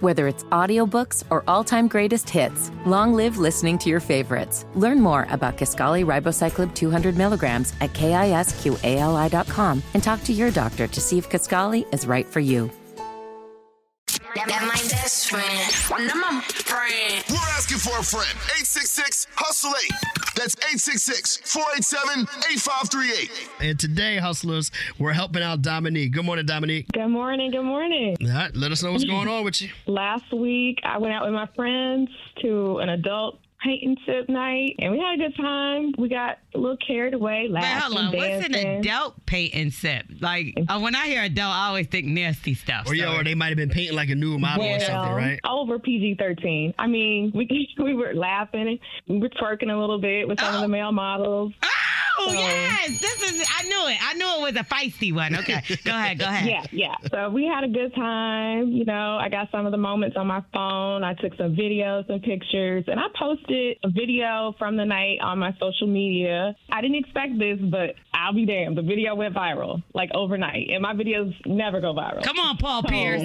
Whether it's audiobooks or all-time greatest hits, long live listening to your favorites. Learn more about Kaskali Ribocyclib 200 milligrams at kisqali.com and talk to your doctor to see if Kaskali is right for you. That my best friend. Not my friend. We're asking for a friend. 866 Hustle 8. That's 866 487 8538. And today, hustlers, we're helping out Dominique. Good morning, Dominique. Good morning. Good morning. All right, let us know what's going on with you. Last week, I went out with my friends to an adult paint and sip night, and we had a good time. We got a little carried away, Wait, hold laughing, on. What's dancing. an adult paint and sip? Like, uh, when I hear adult, I always think nasty stuff. Or yeah, so- or they might have been painting like a new model or something, Well, right? Over PG thirteen. I mean, we we were laughing and we were twerking a little bit with some of the male models. Oh, So- yes. This is, I knew it. I knew it was a feisty one. Okay. go ahead. Go ahead. Yeah, yeah. So we had a good time. You know, I got some of the moments on my phone. I took some videos and pictures, and I posted a video from the night on my social media. I didn't expect this, but I'll be damned. The video went viral like overnight, and my videos never go viral. Come on, Paul So- Pierce.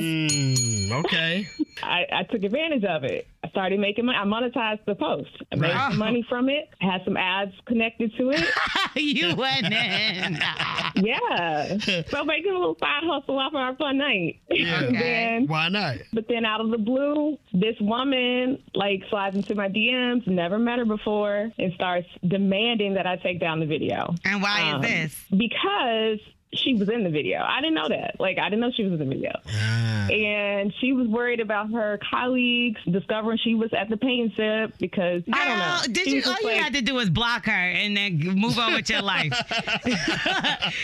Mm, okay. I, I took advantage of it. I started making money. I monetized the post. I made Right. some money from it. I had some ads connected to it. you went in. yeah. So making a little side hustle off of our fun night. Yeah. And then, Why not? but then out of the blue, this woman like slides into my DMs, never met her before, and starts demanding that I take down the video. and why Um, is this? Because she was in the video. I didn't know that. Like I didn't know she was in the video. Ah. and she was worried about her colleagues discovering she was at the paint sip because I don't know. Girl, Did She you? was All just you like- had to do was block her and then move on with your life.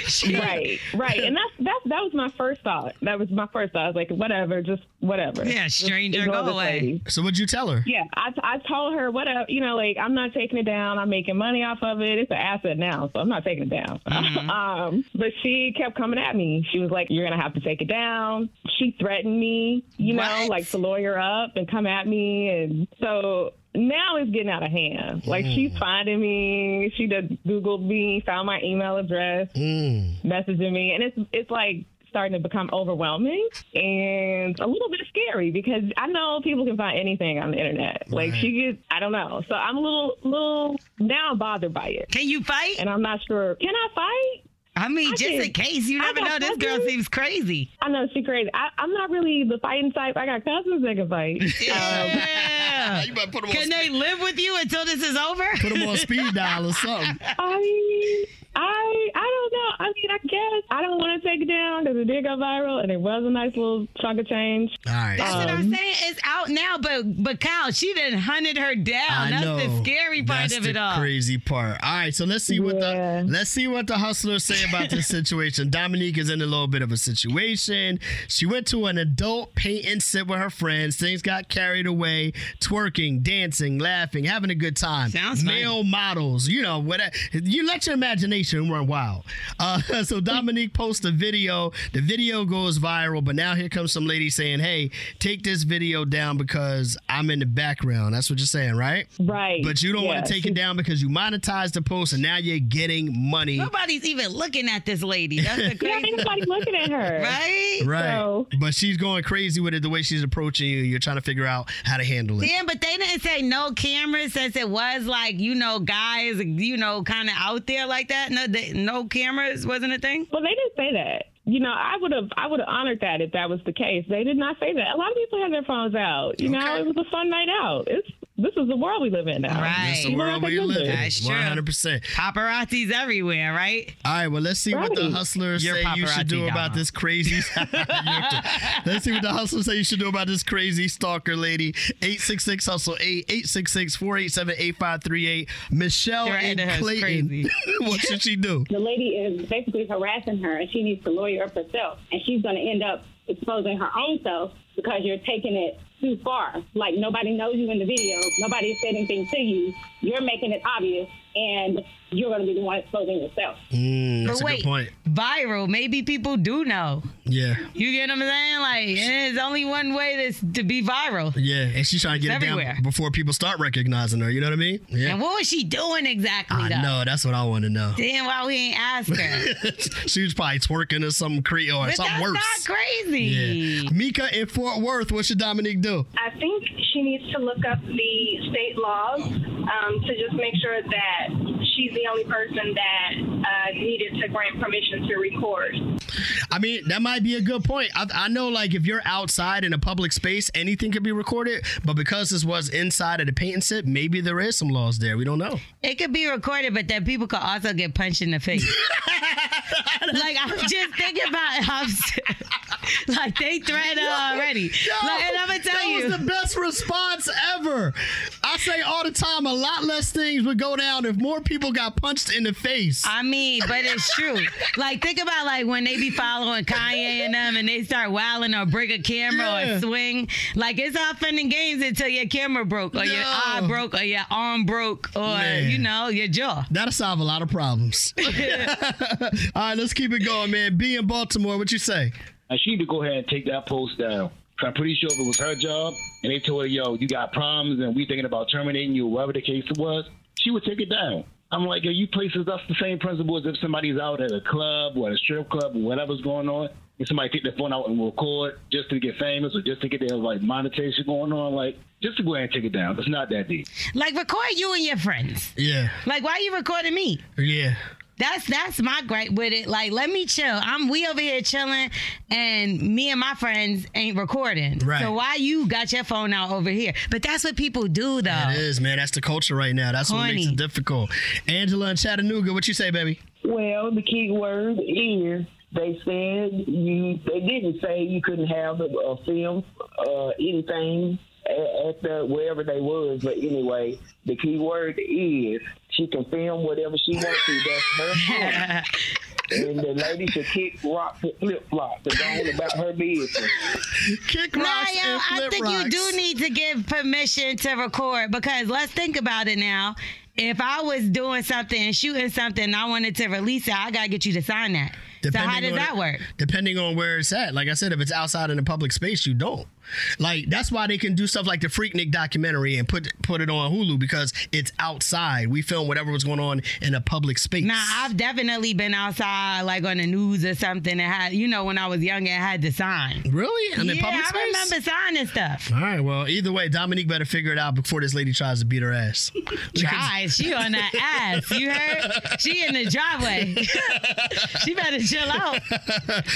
She- Right, right, and that's that's that was my first thought. That was my first thought. I was like, whatever, just whatever. Yeah, Just stranger, ignore go this away. lady. So what'd you tell her? Yeah, I, I told her whatever, you know, like I'm not taking it down. I'm making money off of it. It's an asset now, so I'm not taking it down. um, but she kept coming at me. She was like, "You're gonna have to take it down." She threatened me, you know, What? like to lawyer up and come at me, and so. Now it's getting out of hand. Like she's finding me. She done Googled me, found my email address, Mm. messaging me, and it's it's like starting to become overwhelming and a little bit scary because I know people can find anything on the internet. Like Right. she gets, I don't know. So I'm a little little now I'm bothered by it, Can you fight? and I'm not sure. Can I fight? I mean, just can- in case you I never know, got this girl cousins. seems crazy. I know she crazy. I, I'm not really the fighting type. I got cousins that can fight. Um, Yeah. You better put them on, sp- Can they live with you until this is over? put 'em on speed dial or something. I I I don't know. I mean, I guess I don't want to take it down because it did go viral and it was a nice little chunk of change. All right. That's what I'm Um, saying. It's out now, but but Kyle, she done hunted her down. That's the scary part That's of the it all. Crazy part. All right, so let's see what Yeah. the let's see what the hustlers say about this situation. Dominique is in a little bit of a situation. She went to an adult paint and sit with her friends. Things got carried away, twerking, dancing, laughing, having a good time. Sounds fun. male models, you know, whatever. You let your imagination run wild. Uh, so Dominique posts a video. The video goes viral, but now here comes some lady saying, "Hey, take this video down because I'm in the background." That's what you're saying, right? Right. But you don't want Yeah. to take it down because you monetized the post and now you're getting money. Nobody's even looking at this lady. That's the Yeah, crazy, ain't nobody looking at her. right? Right. So- But she's going crazy with it the way she's approaching you. You're trying to figure out how to handle it. Yeah, but they didn't say no cameras since it was like you know guys you know kind of out there like that. No, they, no cameras wasn't a thing. Well, they didn't say that. You know, I would have I would have honored that if that was the case. They did not say that. A lot of people had their phones out. You know, Okay. it was a fun night out. It's this is the world we live in now. Right. That's the People world have we to do live in. That's true. 100%. Paparazzi's everywhere, right? All right, well, let's see what the Right. hustlers You're say you should paparazzi, do about Donna. this crazy. You're too- let's see what the hustlers say you should do about this crazy stalker lady. 866 Hustle 8, 866 487 8538. Michelle Right, and that's Clayton. crazy. what should she do? the lady is basically harassing her and she needs to lawyer up herself and she's going to end up exposing her own self because you're taking it too far like nobody knows you in the video nobody said anything to you you're making it obvious and you're going to be the one exposing yourself. Mm, that's a but wait, good point. viral. Maybe people do know. Yeah. You get what I'm saying? Like, there's only one way to, to be viral. Yeah, and she's trying to get It's it everywhere. down before people start recognizing her. You know what I mean? Yeah. And what was she doing exactly? I though? know. That's what I want to know. Then why we ain't ask her? she was probably twerking or something crazy or but something that's worse. not crazy. yeah. Mika in Fort Worth, what should Dominique do? I think she needs to look up the state laws um, to just make sure that she's the only person that uh, needed to grant permission to record. I mean, that might be a good point. I, I know, like, if you're outside in a public space, anything could be recorded. But because this was inside of the painting set, maybe there is some laws there. We don't know. It could be recorded, but then people could also get punched in the face. like I'm just thinking about it. I'm s- like they threatened her already. like, and I'm gonna tell that you, was the best response ever. I say all the time, a lot less things would go down if more people got punched in the face. I mean, but it's true. like, think about like when they be following Kanye and them, and they start wilding or break a camera Yeah. or swing. Like, it's all fun and games until your camera broke or your No. eye broke or your arm broke or Man. you know your jaw. That'll solve a lot of problems. all right, let's keep it going, man. Be in Baltimore, what you say? And she need to go ahead and take that post down. 'Cause I'm pretty sure if it was her job and they told her, yo, you got problems and we thinking about terminating you, whatever the case was, she would take it down. I'm like, yo, you places us the same principle as if somebody's out at a club or at a strip club or whatever's going on. And somebody take their phone out and record just to get famous or just to get their like monetization going on, like just to go ahead and take it down. It's not that deep. Like, record you and your friends. Yeah, Like, why you recording me? yeah. That's that's my gripe with it. Like, let me chill. I'm we over here chilling, and me and my friends ain't recording. Right. So why you got your phone out over here? But that's what people do though. It is, man. That's the culture right now. That's what makes Corny. it difficult. Angela in Chattanooga, what you say, baby? Well, the key word is they said you. They didn't say you couldn't have a, a film, uh, anything at, at the wherever they was. But anyway, the key word is she can film whatever she wants to. That's her. film. and the lady should kick rock flip flops. It's all about her business. Kick Nah, rocks yo, and I flip think you rocks. do need to give permission to record because let's think about it now. If I was doing something and shooting something, and I wanted to release it. I gotta get you to sign that. so how Depending does on- that work? Depending on where it's at. Like I said, if it's outside in a public space, you don't. Like that's why they can do stuff like the Freaknik documentary and put put it on Hulu because it's outside. We film whatever was going on in a public space. Now I've definitely been outside, like on the news or something, and had you know when I was younger, I had to sign. really in a yeah, public space. I remember signing stuff. All right. Well, either way, Dominique better figure it out before this lady tries to beat her ass. Try. She on her ass. You heard? She in the driveway. she better chill out.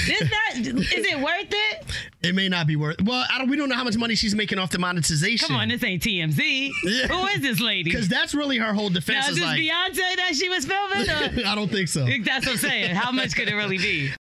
This not, is it worth it? It may not be worth. Well, I don't. We don't know how much money she's making off the monetization. Come on, this ain't TMZ. Yeah. Who is this lady? Because that's really her whole defense Now, is is this like. Beyonce that she was filming? Or? I don't think so. That's what I'm saying. How much could it really be?